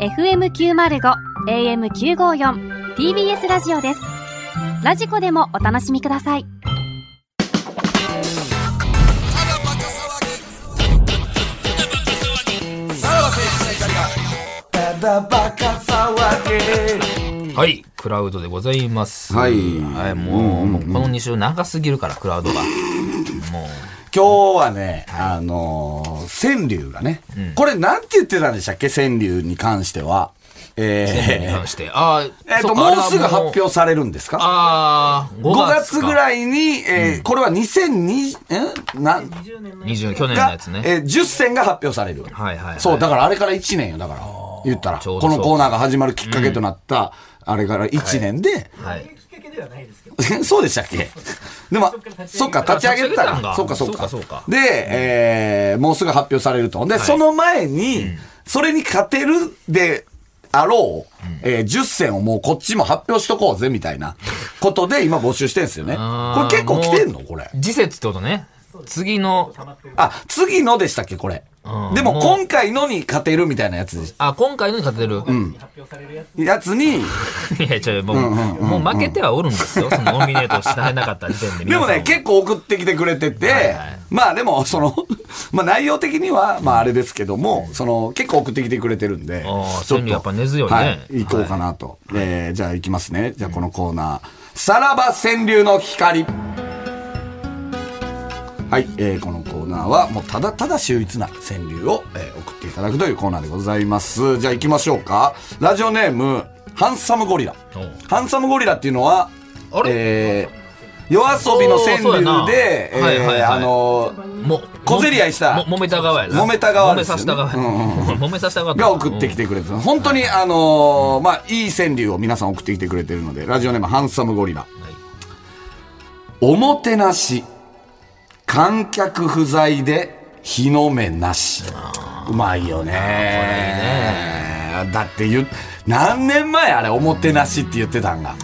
FM905 AM954 TBS ラジオですラジコでもお楽しみくださいはい、クラウドでございます。はいはい、もう、もうこの2週長すぎるから、クラウドが。も今日はね、あのー川柳がね、これなんて言ってたんでしたっけ川柳に関しては。う、に えー関して。あーえっそと、っかもあうれはすぐ発表されるんですかああ、 5 5月月ぐい。らいに、えーこれは2020、えな、 20、去年のがやつ、ね。えー10選が発表される。はいはいはいそう、だからあれから1年よ、だから。言ったら、ちょうこどそうのコーナーが始まるきっかけとなった、あれから1年で、はい。 そうでしたっけでも、そっか、立ち上げてたあ立ち上げてたんだら。そっか、そっそうかかそうか。で、えーもうすぐ発表されると。で、その前に、それに勝てるで、あろう、えー10選をもうこっちも発表しとこうぜ、みたい なことで今募集してんすよね。あーこれ結構来てんのこれ。次節ってことね。次の、あ、次のでしたっけこれうん。でももう今回のに勝てるみたいなやつでしあ、今回のに勝てる。うん。やつに、 いや、ちょ、もう、もう負けてはおるんで すよ。そのノミネートしてなかった時点で。でもね、皆さんは結構送ってきてくれてて、はいはいまあでも、その、 まあ内容的には、まああれですけども、その、結構送ってきてくれてるんで、あーそういうのやっぱ根強いねはい、行こうかなと。えーじゃあ行きますね。じゃあこのコーナー、さらば川柳の光。はい、えーこのコーナーは、もうただただ秀逸な川柳を、えー送っていただくというコーナーでございます。じゃあ行きましょうか。ラジオネーム、ハンサムゴリラ。おうハンサムゴリラっていうのは、あれえー夜遊びの川おーそうやな柳で、えーはいはいはいあのーもう小競り合いしたも揉めた側やな揉めた側揉めですよさねせた側や、揉めさせた側が送ってきてくれてます本当に、あのーまあ、いい川柳を皆さん送ってきてくれてるので、ラジオネームハンサムゴリラ。おもてなし、観客不在で、日の目なし。うまいよねだって言う、何年前あれ、おもてなしって言ってたんが。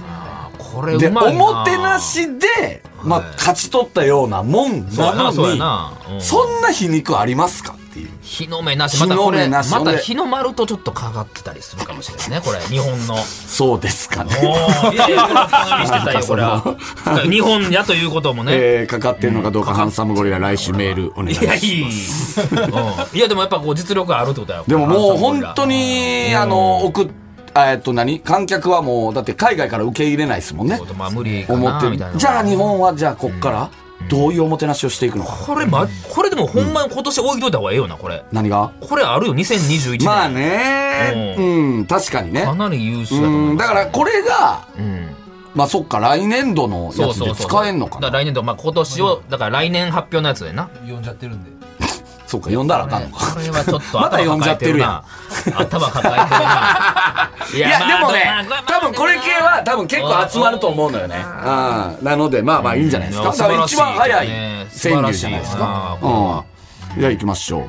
これうまで、いなおもてなしで、まあ、勝ち取ったようなもんそうやななのそうやに、な、うんそんな皮肉ありますかっていう。日の目なしまた日このれ目まなした日の丸とちょっとかがってたりするかもしれないねこれ日本のそうですかね。 おおいやいやこれ深読みしてたよこれは日本やということもね、えー、かかってるのかどうか、ハンサムゴリラ、来週メールお願いいしやまいす。い、うんいやでもやっぱこう実力があるってことやでももう本当うに、んあの、送っ、あえっと何観客はもう、だって海外から受け入れないですもんね。まあ無理か思なってみたいなじゃあ日本は、じゃあこっから、どういうおもてなしをしていくのか。これまこれでもほんまに今年置いといた方がええよなこれ何がこれあるよ2021年、まあね、ううん、確かにねか。なり優秀だと思ういん、まだすからこれが、うんまあそっか、来年度のやつで使えんのかだな。ら来年度、まあ、今年を、だから来年発表のやつでな。呼んじゃってるんで。そうか、呼んだらあかんのか。これはちょっとまた頭呼んじ抱ゃえっててるるなや。頭抱えてるな。いいや、でもねまあまあ、まあ多分これ系は多分結構集まると思うのよね。うん。なので、まあまあいいんじゃないですうか。ん多分一番素晴ら早しいいね川柳じゃないですか。うん。じゃあ行きましょう。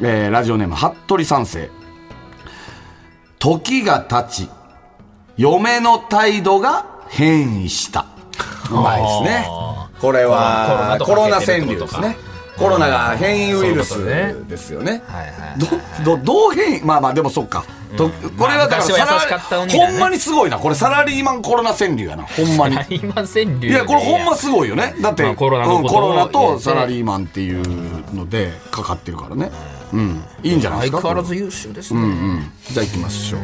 えー、ラジオネーム、服部三世。時が経ち、嫁の態度が変異した。うまいですねあ。これは、ココロロナナとか川けてるって柳ことでかすね。コロナが変異ウイルそスういうことですよね。はいはい。ど、ど、どう変異まあまあ、でもそっか。とこれはだから昔はサ優しラかった鬼だねほんまにすごいな。これサラリーマンコロナ川柳やな。ほんまに。い今川柳。や、これほんますごいよね。だって、まあコロナのうんことコをロナとサラリーマンっていうので、かかってるからね。うん。いいんじゃないです相か。変わらこず優秀ですね。れうんうん。じゃあ行きましょう。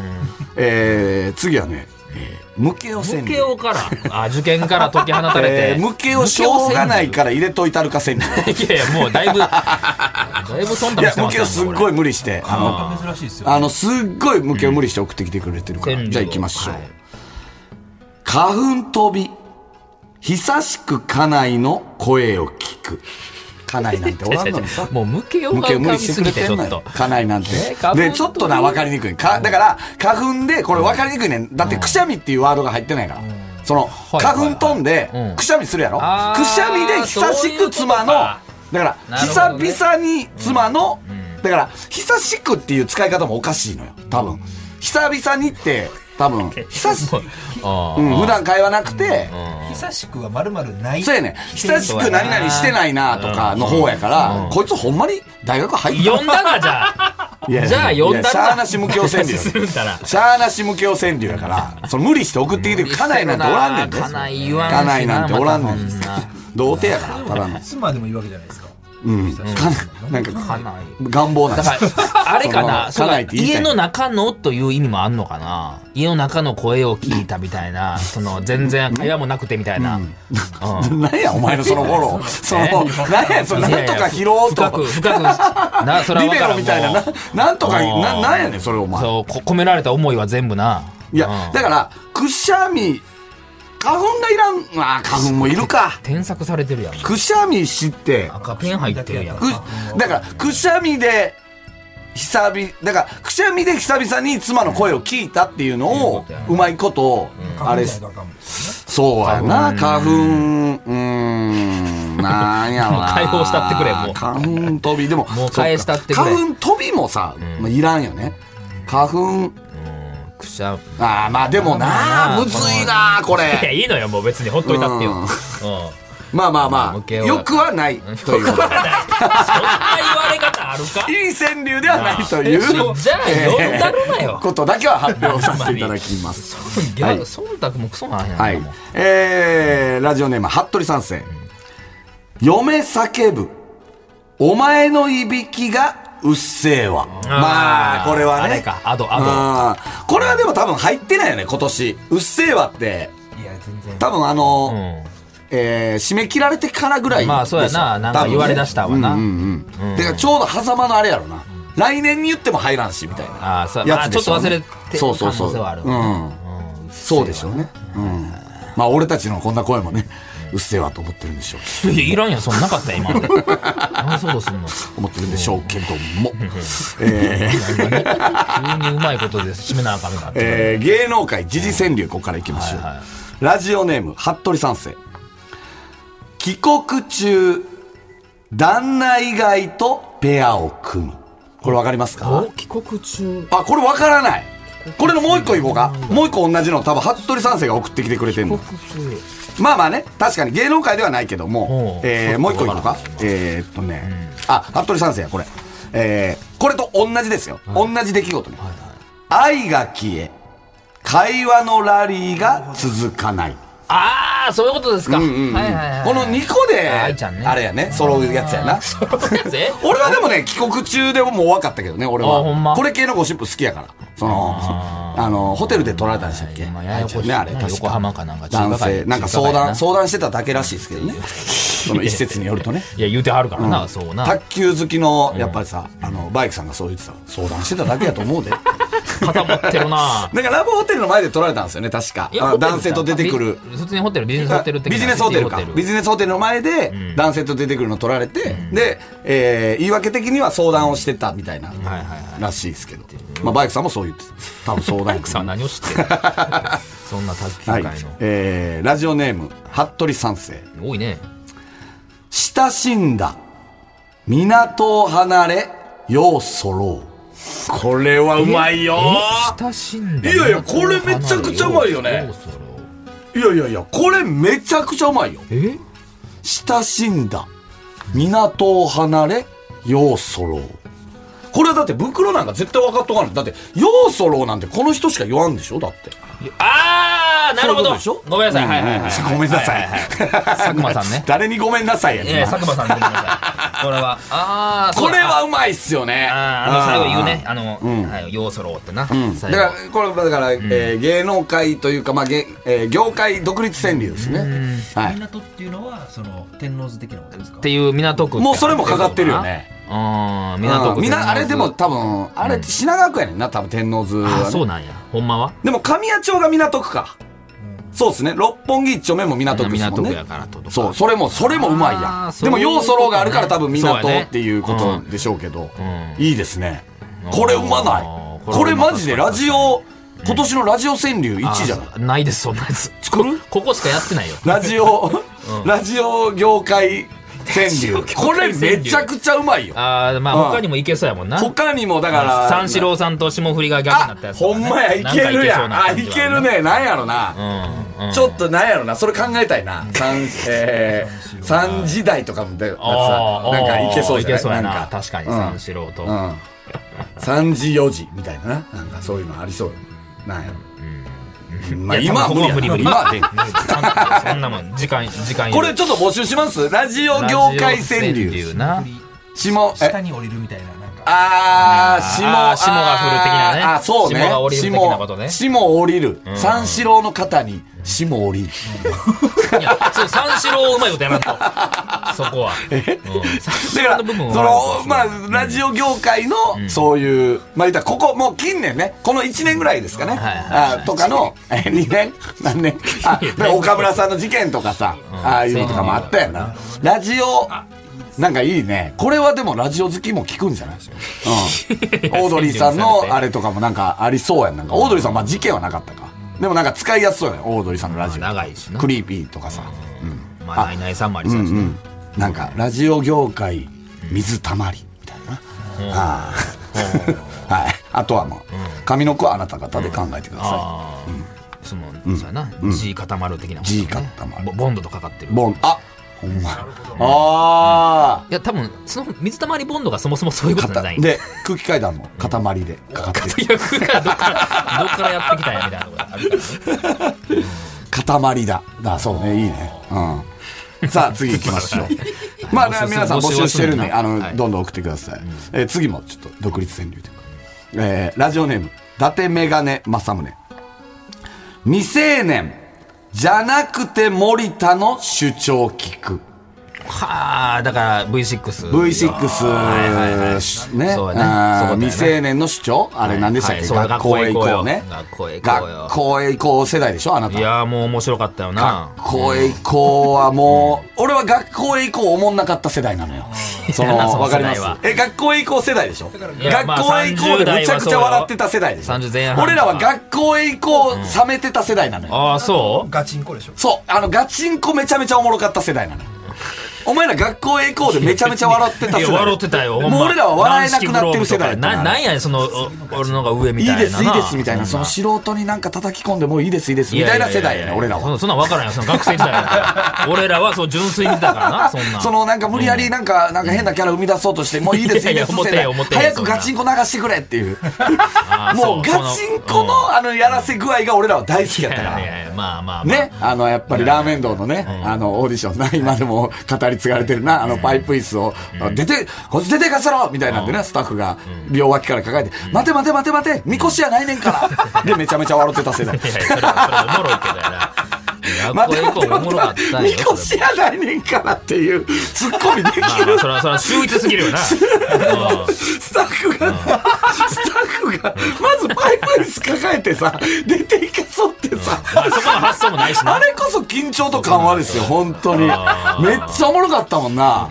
えー、次はね、えー無形川受柳け。をから、あ、受験から解き放たえれーて。無形をしょうがないから入れといたるか川柳。いやいや、もうだいぶ、だいぶ忖い度しや、て無ます形をすっごい無理して、あの、珍しいですよ。あの、すっごい向きを無理して送ってきてくれてるから。うんじゃあ行きましょう。はい花粉飛び。久しく家内の声を聞く。家内なんておらんの 。にさもう無形を向がきを浮無か理びしてすくれぎてて、ちんょのっとよ。。家内なんてえ花。粉で、ちょっとな、わかりにくい。か、だから、花粉で、これわかりにくいねん。だって、くしゃみっていうワードが入ってないから。その、いはいはい花粉飛んでうん、くしゃみするやろあーくしゃみで久しく妻そういうことのか、だかなら、るほど久ね々に妻の、だから、久しくっていう使い方もおかしいのよ、多分。久々にって、多 分、久し、あうーん、普段会話なくて、久しくはまるまるない。そうやねん、久しく何々してないなとかの方やから、こいつほんまに大学入った呼んだがじゃあいやじゃあ呼んだらいやしゃあなし無教川柳するんだなしゃあなし無教川柳やから、その無理して送ってきてくる家内なんておらんねんで。家内言わんし家内なんておらんねんまたこんな。童貞やから、ただ の。妻でもいいわけじゃないですか。うん。家内なん家か、内。願望なんだですから、あれかな、そそのうだ家内って言いた家いの中のという意味もあんのかな家の中の声を聞いたみたいな、その全然会話もなくてみたいな。うん。何や、お前のその頃。その、何や、その、なんとか拾おう深とく、。深 く、な、それはリ分ベからロんみたいな、もなうなんとか、うんな、なんやねん、それお前。そう、こ込められた思いは全部な。いや、だから、くしゃみ、花粉がいらん、あー花粉もいるか。添削されてるやん。くしゃみ知って、赤ペン入ってるやんく。だから、くしゃみで、久々、だから、くしゃみで久々に妻の声を聞いたっていうのを、うまいことを、あれ、考えなきゃかんもんですそうやな、花粉、うーん、なんやろな。 もう解放したってくれもう花粉飛び、でも、もう返したってくれそか花粉飛びもさ、まあ、いらんよね。花粉、うんくしゃ。ああ、まあでもまあまな、あむずいな、こいや、れ。いいのよ、もう別にほっといたってよ。うんうん。まあまあま向あ、けようよくはないという。そんな言われ方あるか いい川柳ではないという。じゃあ呼んだるなよことだけは発表させていただき ます。いや、忖度もクソなんやな、はいもう。えー、ラジオネーム、服部三世。嫁叫ぶ。お前のいびきがうっせえわ。まあ、これはね。あれかアドアドド。これはでも多分入ってないよね、今年。うっせえわって。いや、全然。多分あうの、んえー締め切られてからぐらいでしょ。まあそうやななんか言われ出したわな多分ねうんうんうん。だからちょうど狭間のあれやろな。来年に言っても入らんし、みたいな。あーそうやつでしょまあちょっと忘れてるそうそうそう。可能性はあるうん。うんそうでしょうね。うん。まあ、俺たちのこんな声もね、うっせえわと思ってるんでしょうけいやいらんやんそんなんなかったよ今の何そうすんのど、思ってるんでしょうけども。えー急にうまいことで締めなあかんかって、 えー芸能界時事川柳、ここからいきましょうはいは。ラジオネーム、服部三世。帰国中、旦那以外とペアを組む。これわかりますかお帰国中あ、これわからない。これのもう一個いこうか。もう一個同じの多分、服部三世が送ってきてくれてるの帰。国中まあまあね、確かに芸能界ではないけどもほ、うえーもう一個いこうかそ。えーっとね、あ、服部三世や、これ。えーこれと同じですよ。同じ出来事ね。愛が消え、会話のラリーが続かない。ああそういうことですか、はいはいはいこの2個で、愛ちゃんねあれやね、揃うやつや な。ぜ俺はでもね、帰国中でももう分かったけどね、俺あほは。んまこれ系のゴシップ好きやから。その、あの、ホテルで撮られたんでしたっけ今ややこしいあれね、あれ確か。横浜かなんか男性、中華街なんか相中華街談、な相談してただけらしいですけ どね。その一説によるとね。いや言うてはるからな、そうな卓球好きの、やっぱりさ、あの、バイクさんがそう言ってたわ相談してただけやと思うで。 肩持ってるななんかラブホテルの前で撮られたんですよね、確かい。やあホテル男性と出てくる。ビ普通にホテルビジネスホテル的なビジネスホテルか。ビジネスホテルの前で、男性と出てくるの撮られて、で、えー言い訳的には相談をしてたみたいな、はいはいはらしいですけど。まあ、バイクさんもそう言ってた。多分相談やいとさ思あう何を知ってる そんな卓球は界いの、。えーラジオネーム、服部三世。多いね親しんだ港を離れよう揃うこれはうまいよえ親しんだいやいやこれめちゃくちゃうまいよねどうするいやいやいやこれめちゃくちゃうまいよえ親しんだ港を離れよう揃うこれはだって袋なんか絶対分かっとかないだってよう揃うなんてこの人しか言わんでしょだってああなるほそういうこどとでしょごめんなさい、はいはいはいうんごめんなさい佐久間さん ね 誰にごめんなさいやいねんやいや今佐久間さんごめんなさいこれはああこれはうまいっすよねあーあの最後言うねあの、んはい、要素ろってな、だ最か後ら、これ、だから、えー芸能界というか、まあ、げえー業界独立川柳ですね。はい。港っていうのは、その、天王寺的なことですかっていう港区もうそれもかかってるよね。うーん港うん、区みんな、あれでも多分、あれ、品川区やねんな、多分、天王洲あはーそうね。なんやほんまはでも、神谷町が港区か。そうですね。六本木一丁目も港区ですも港ん区ねや。からとかそう、それも、それもうまいやあーん。でも、そういう要素ロがあるから多分そうや港ねっていうことでしょうけどん、いいですね。これうまないあ。ーここれれうまかマったジでラジオ、今年のラジオ川柳1位じゃないあないですそんなやつ作るここしかやってないよラジオ、ラジオ業界川柳。これめちゃくちゃうまいよ。あーまうんあ他にもいけそうやもんな他にもだから、三四郎さんと霜降りが逆になあったや、つとほかんねまや、いけるやん。なあ、んかいいけそうなる感じはね。なんやろな。あるなうんうんちょっとなんやろな。それ考えたいな。三、えー、三時代とかもで、なんかさあーなんかいけそうじゃないけそうやなんな確かにうん三四郎とうん3時4時みたいなななんかそういうのありそうなんやろ、まあ、いや今は多無分理や無理無理今は できんなんかそんなもん、時間、時間いるこれちょっと募集しますラジオ業界川ラジオ柳川な。下え下に降りるみたいな、なんか。あー、霜。あー霜が降る的なねあー、そうね。霜が降りる的なことね霜霜降りる。三四郎の肩に霜降りる。いや、そう、三四郎をうまいことやらんと。そこは。うん三四だから、そ郎の部分をの、まあ、ラジオ業界の、そういう、まあ言ったら、ここ、もう近年ね、この1年ぐらいですかね。いはいあーとか の、2年何年あ、だから岡村さんの事件とかさ、ああいうのとかもあったやな。ラジオ、なんかいいね。これはでもラジオ好きも聞くんじゃない うん。オードリーさんの あれとかもなんかありそうやん。なんか、オードリーさん、まあ事件はなかったか。でもなんか使いやすそうやね。オードリーさんのラジオ。まあ長いしなクリーピーとかさ。まあ、ナイナイさんもありそうですね。なんか、ラジオ業界、水たまり、みたいな。ああはい。あとはもう、髪の毛はあなた方で考えてくださああ。その、そうやな。G 固まる的なことね。 G 固まるボボンドとかかってい。る。ボン、あほんま。あいや、多分、その、水溜りボンドがそもそもそういうことじゃなあ。い。で、空気階段の塊でかかってる。いや、空 からどっから、どっからやってきたんや、みたいなとこあるからね。塊だ。だ、そうね。いいね。うん。さあ、次行きましょう。まあ、ね、皆さん募集してるんで、あの、はいどんどん送ってください。えー次もちょっと独立川柳というか。えーラジオネーム、伊達メガネ正宗。未成年じゃなくて森田の主張聞く。はあ、だから V6。はいはいはい V6、ね。そうやねあーそうだよね未成年の主張あれ何でしたっけ、はいはいそう学校へ行こうね。学校へ行こうよ学校へ行こう世代でしょあなた。いやーもう面白かったよな。学校へ行こうはもう、俺は学校へ行こう思んなかった世代なのよ。その、いやそのわかりま世代はす。え、学校へ行こう世代でしょ学校いやまあへ行こうでむちゃくちゃ笑ってた世代でしょ30前半俺らは学校へ行こう冷めてた世代なのよ。ああ、そうガチンコでしょ。そう、あの、ガチンコめちゃめちゃおもろかった世代なのよ。お前ら学校へ行こうでめちゃめちゃ笑ってたい世や、代。笑ってたよ。ほんまもう俺らは笑えなくなってる世代やったな、なんやねんその、お俺のが上みいたいいでな。す、いいです、みたいな。そそんの素人になんか叩き込んでもういいです、いいです、みたいな世代やね、俺らは。そんなそんなん分からんよ、その学生時代や から。俺らはそう純粋にだからな、そんな。そのなんか無理やりなんか、なんか変なキャラ生み出そうとして、もういいです、いいいやでいやす、世代表表早くガチンコ流してくれっていう。あー、もうガチンコのあのやらせ具合が俺らは大好きやそっのたうんかいやいやら。いやまあまあまあ。ね、あの、やっぱりラーメン道のね、あの、オーディションな、今でも語り継がれてるな、あの、パイプ椅子を、出て、こいつ出てかせろみたいなんでね、スタッフが、両脇から抱えて、待て待て待て待て、みこしやないねん から。で、めちゃめちゃ笑ってた世代い。やいや、それはそれおもろいけどやな。いや待て学待て校以降おもろかっ 待て、たんよみこしやないねんからっていう、ツッコミできるまあまあ、それは、それは秀逸すぎるよな。うんスタッフが、スタッフが、まずパイプ椅子抱えてさ、出ていかそうってさ、まあ、そこの発想もないしなあ。れこそ緊張と緩和ですよ、本当に。めっちゃおもろかったもん な。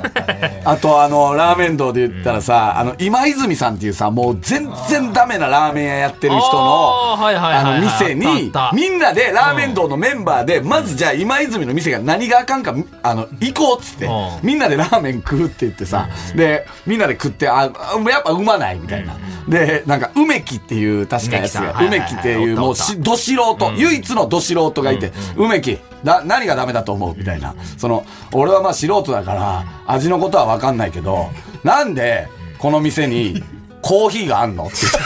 あと、あの、ラーメン道で言ったらさ、あの、今泉さんっていうさ、もう全然ダメなラーメン屋やってる人の、あーはいはいはいはいあの、店あっにたあっ、たみんなでラーメン道のメンバーで、まずじゃあ今泉の店が何があかんか、あの、行こうっつってう、んみんなでラーメン食うって言ってさ、で、みんなで食って、あ、やっぱうまないみたいな。で、なんか、梅木っていう、確かやつが、梅梅木木さんっはいてはいはいいう、もおうったおったし、ど素人、唯一のど素人がいて、梅木、な、何がダメだと思うみたいな。その、俺はまあ素人だから、味のことはわかんないけど、なんで、この店に、コーヒーがあんのって言って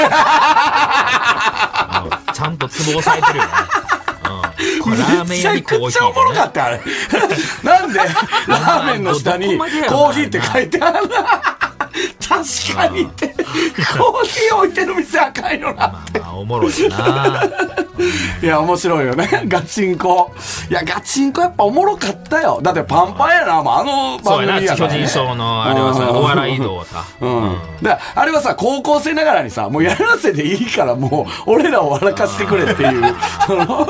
ちゃんとツボ押さえてるよね。うんこれラーメンめち屋ゃにコくーヒちゃおもろーかね。った、あれ。 なんで、ラーメンの下に、どこまでやろコーヒーって書いてあるな。確かにって、コーヒー置いてる店あかんよな。まあまあ、おもろいよな。いや、面白いよね。 ガチンコ。いや、ガチンコやっぱおもろかったよ。だってパンパンやな、もうあのそ番う組やな、やか巨ら、ね。人賞の、あれはさ、うんお笑い道さ。うん。だから、あれはさ、高校生ながらにさ、もうやらせていいから、もう、俺らを笑かしてくれって いう、その、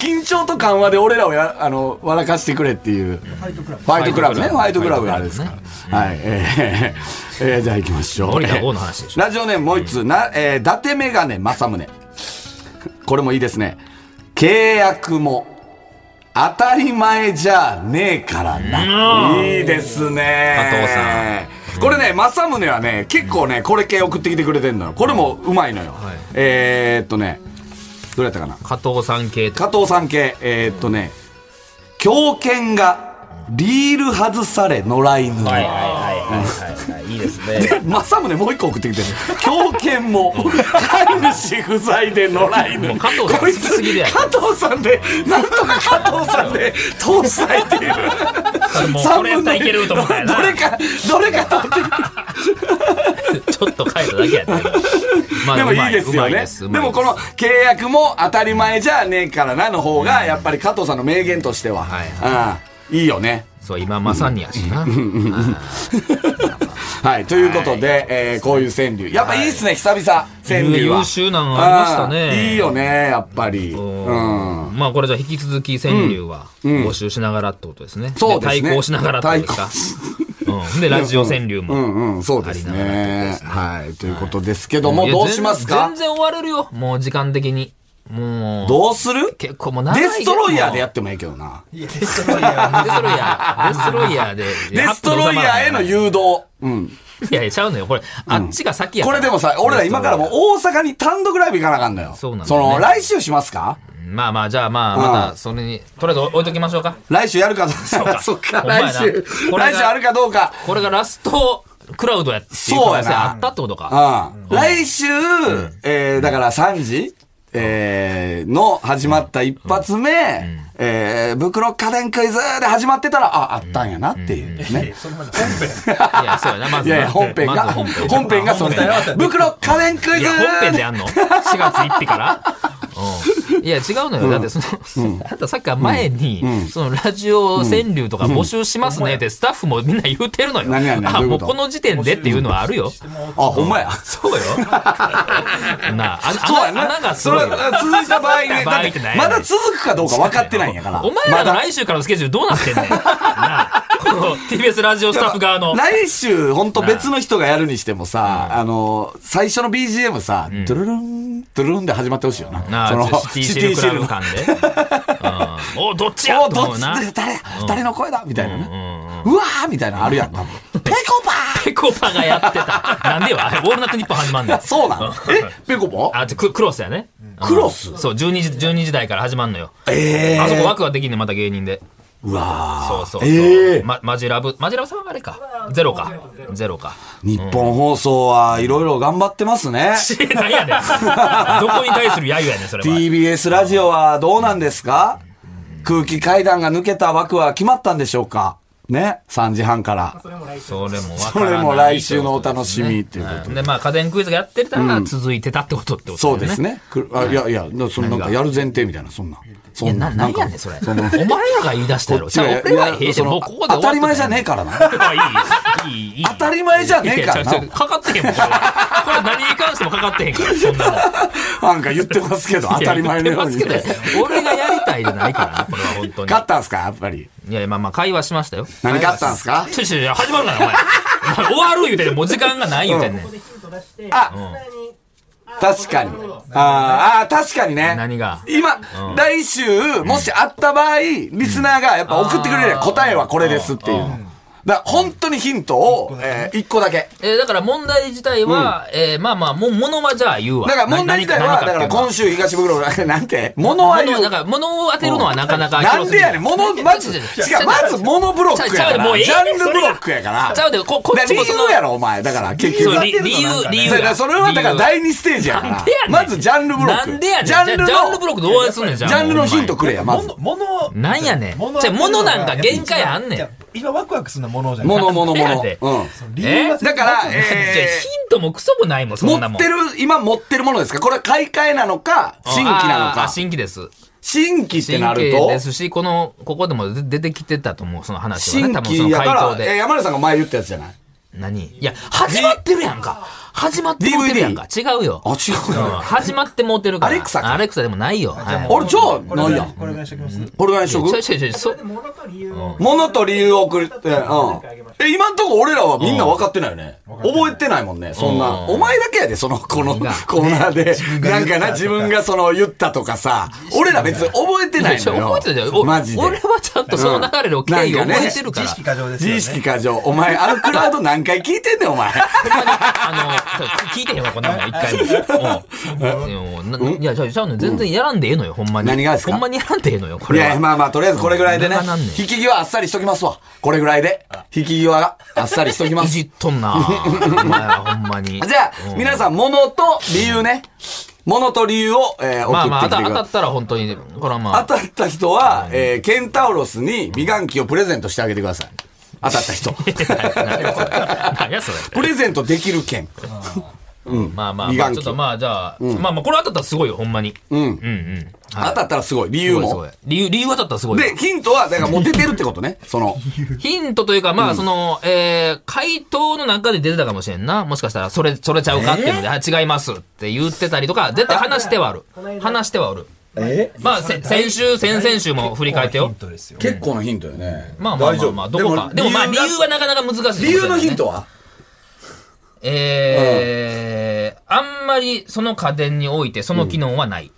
緊張と緩和で俺らをや、あの、笑かしてくれっていう。フファイトクラブ。ァイトクラブね。フファァイイトクトクララブブがあれですから。はい。えーえーじゃあ行きましょう。森田剛の話でしょラジオネームもう一通、な、えー、伊達メガネ正宗。これもいいですね。契約も、当たり前じゃねえからな。いいですね。加藤さん。これね、正宗はね、結構ね、これ系送ってきてくれてんのよ。これもうまいのよ。はいえー、っとね、どれやったかな。加藤さん系とか。加藤さん系、えー、っとね、狂犬がリール外され野良犬。 はいはいはいはいはいはいいいですね正宗もう一個送ってきてる狂犬も飼い主不在で野良犬もう加藤さんこい好きすぎるやつろ加藤さんでなんとか加藤さんで搭載っていうもう三これやったらいけると思ったよどれなかどれか取ってちょっと変えただけやったけどまでもうまいいですうまよいねすでうまいもこの契約も当たり前じゃねえからなの方がやっぱり加藤さんの名言としてははいうんいいよねそう今まさにやしなはいということでえーこういう川柳やっぱいいっすね久々川柳は優秀なのありましたねうんいいよねやっぱりうんうんまあこれじゃあ引き続き川柳は募集しながらってことですね、そうですね対抗しながらってことですか、うん、でラジオ川柳も、うんうん、そうですありながらってことでねす。ねはい。ということですけども、いやどうしますか全然全然終われるよもう時間的にもうどうする結構もう長いデよストロイヤーでやってもいいけどな。いや、デストロイヤデストロイヤーデストロイヤーで デストロイヤーへの誘導。うん。いやいやちゃうのよこれ、あっちが先やこれでもさ、俺ら今からもうう大阪に単独ライブ行かなあかんのよ。そうなんだねその、来週しますかまあまあじゃあまあまたそれにとりあえず置いときましょうか来週やるかどう か。そっか、ほんまや来な週。これが来週あるかどうか。これがラストクラウドやっていう可そうや能性なあったってことかうん。来週、えー、だから3時、えー、の始まった一発目、えー、袋家電クイズで始まってたら、あ、あったんやなっていうね。ー。そんなの本編。いや、そうやな、まず。いやいや、本編が、まず本編がそれだよ。袋家電クイいズや、本編でやんの ?4 月行ってからうん。いや、違うのよ。だって、その、あんたさっきから前に、その、ラジオ川柳とか募集しますねって、スタッフもみんな言うてるのよ。何やねんどあ、ういうもこうとこの時点でっていうのはあるよ。あ、ほんまや。そうよ。なあ、 そうあや穴穴がな。すそごれいはよ。続いた場合ね、 場合だっっててなんやねんまだ続くかどうか分かってないんやから。お前らの来週からのスケジュールどうなってんね ん。なあ、この TBS ラジオスタッフ側の。来週、ほんと別の人がやるにしてもさ、あの、最初の BGM さ、ドゥルルン、ドゥルルンで始まってほしいよなな。あ、シティシルクラブ感で。うんお、どっちやおとど思っうちな。誰、誰の声だみたいなね。うわーみたいなのあるやん、多分。ペコパペコパがやってた。なんでよ。あれオールナイトニッポン始まんねんー。 そうなのえペコパあ、ちょククロスやね。クロスそう、12時、12時台から始まんのよ。ええ。あそこワクワクできんねん、また芸人で。うわそうそうそう。ええまマジラブ、マジラブさんはあれか。ゼロか。ゼロか。 ー日本放送はいろいろ頑張ってますね。知れな いやねん。どこに対する揶揄やねん、それは。 TBS ラジオはどうなんですか空気階段が抜けた枠は決まったんでしょうかね ?3 時半から。それもわかそらなれいも来週のお楽しみっていうことうんで、まあ家電クイズがやってたら続いてたってことってことだそようです。ね。くあいやいや、なそのなんかやる前提みたいな、そんな。そいや、んなな、なんやねん、それ。お前らが言い出したやろ。じゃあ、違う俺はい平や時そもうのここで当たり前じゃねねえから な。いい、いい、いい。当たり前じゃねえからいやちょちょな。かかってへんもん、これは。これは何に関してもかかってへんから、そんなの。なんか言ってます けど、当たり前のようにいや。言ってますけど俺がやりたいじゃないからな、これは本当に。勝ったんすか、やっぱり。いやいや、まあまあ、会話しましたよ。何勝ったんすかちょちょちょ、始まるな、お前。お前終わる言うてんねんもう時間がない言うてんねん。あ、確かに。あーあー、確かにね。何が。今、来週、もしあった場合、リスナーがやっぱ送ってくれるあー答えはこれですっていう。だから本当にヒントを、えー一個だけ。えー、だから問題自体は、えー、まあまあ、もう、ものはじゃあ言うわ。だから問題自体は、だから今週。週東袋が、 なんて、物は何言物うだ。から、物を当てるのはなかなかなんでやねん、広すぎる物、まず、違ちょうちょちょちょ、まず物ブロックやかちゃうちゃうもうら、ええジャンルブロックやから。ちゃうで、こ、こだっかちらも理由やろ、お前。だから、結そう局。理理由、理由それだからや。それはだから理由第二ステージやかならんでやねん。まずジャンルブロック。なんでやねん。ジじャゃンジルャの、ンルブロックどうやすんねん、じゃあ。ジャンルのヒントおくれや、まず。物、物。なんやねん物じゃあ物なんか限界あんねんいや今ワクワクするのは物じゃない。物、物、なん物。でうん。理由がえ全だ然かワらクワ、ク前えじゃあヒントもクソもないもん、そ持んなもっん。てる、今持ってるものですかこれ買い替えなのか、新規なのあーあか。新規です。新規って新な規るとで、すし、この、ここでも出出てきてたと思う、その話は新ね。多分そ規のや回か答ら、えーで。山根さんが前言ったやつじゃない何いや、始まってるやんか。始まってもうてるやんか。違うよ。あ、う違うよん始まってもうてるから。アレクサかアレクサでもないよ。はいあれ、じゃあ、これないぐらやいん。これぐらいしときますこれがち食ょいちょいちょい、そう。物と理由を送るって、うん。え、今んとこ俺らはみんな分かってないよね。覚えてないもんね、そんな。お前だけやで、その、このコがーナーで。なんかな、自分がその、言ったとかさ。俺ら別に覚えてないちょのよ。覚えてたじゃん。おマジで。俺はちゃんとその流れの経緯をうんなんか覚ねえてるか自意ら。識過剰ですよ自ね。意識過剰。お前、あのクラウド何回聞いてんねん、お前。あの、聞いてへんわ、こんなもん、一回も。うんうんないや、ちゃうちゃうのよ全然やらんでええのよ、ほんまに。何がですかほんまにやらんでええのよ、こいれや、は。まあまあ、とりあえずこれぐらいでねうんなんなんねん。引き際あっさりしときますわ。これぐらいで。引き際があっさりしときまい す。じっとん な。お前らほんまに。じゃあ、皆さん、ものと理由ね。ものと理由を、えーまあま送ってあ、当きたてく当たださい。ったら本当に、これはまあ当。たった人は、えーケンタウロスに美顔器をプレゼントしてあげてください。当たった人。 何やそれ。プレゼントできる券。まあまあ美ま顔あ、器ちょっとまあじゃあ、まあまあこれ当たったらすごいよ、ほんまに。うん。うんうん。当たったらすごい。理由すごいすもごい。。理由、理由当たったらすごいよ。で、ヒントは、だからモテてるってことね。そ の、ヒントというか、まあ、その、えー、回答の中で出てたかもしれんな。もしかしたら、それ、それちゃうかっていうので、あ違いますって言ってたりとか、絶対話してはある。話してはある。えまあ、せ先週、先々週も振り返ってヒよン。トですよ。結構なヒントよね。まあまあ大ま丈あ夫まあ、どこか。ででももまあ、理由はなかなか難しいことだよね。理由のヒントはえー、あんまりその家電においてその機能はない。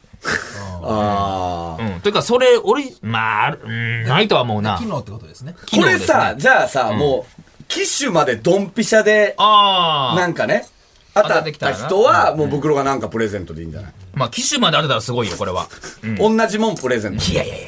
ああ。うん。というか、それ、俺、まあある、うん、ないとは思うな機。能ってことですね。機こ能でれすねさ、じゃあさ、もう、機種までドンピシャで、ああ。なんかね、当たった人は、もう袋がなんかプレゼントでいいんじゃないまあ、機種まで当てたらすごいよ、これは。うん。同じもんプレゼント。いやいやいや。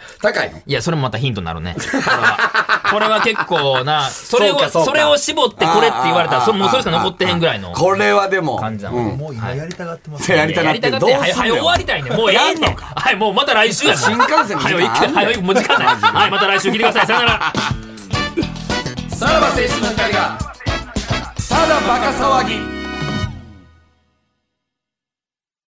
高いのいや、それもまたヒントになるね。これは、これは結構な、それそうを、かそうそかれを絞ってこれって言われたあら、ーそれもうそれしか残ってへんぐらいのこれはでも、感じなの。もう今やりたがってますやりたやがりたがっどうて、すんはねい、んはい、終わりたいねん。もうええねやんん。のかはい、もうまた来週やし。新幹線の時間はい、行け、はい、もう時間ない。はい、また来週聞いてください。さよなら。さらば青春の光が、ただバカ騒ぎ。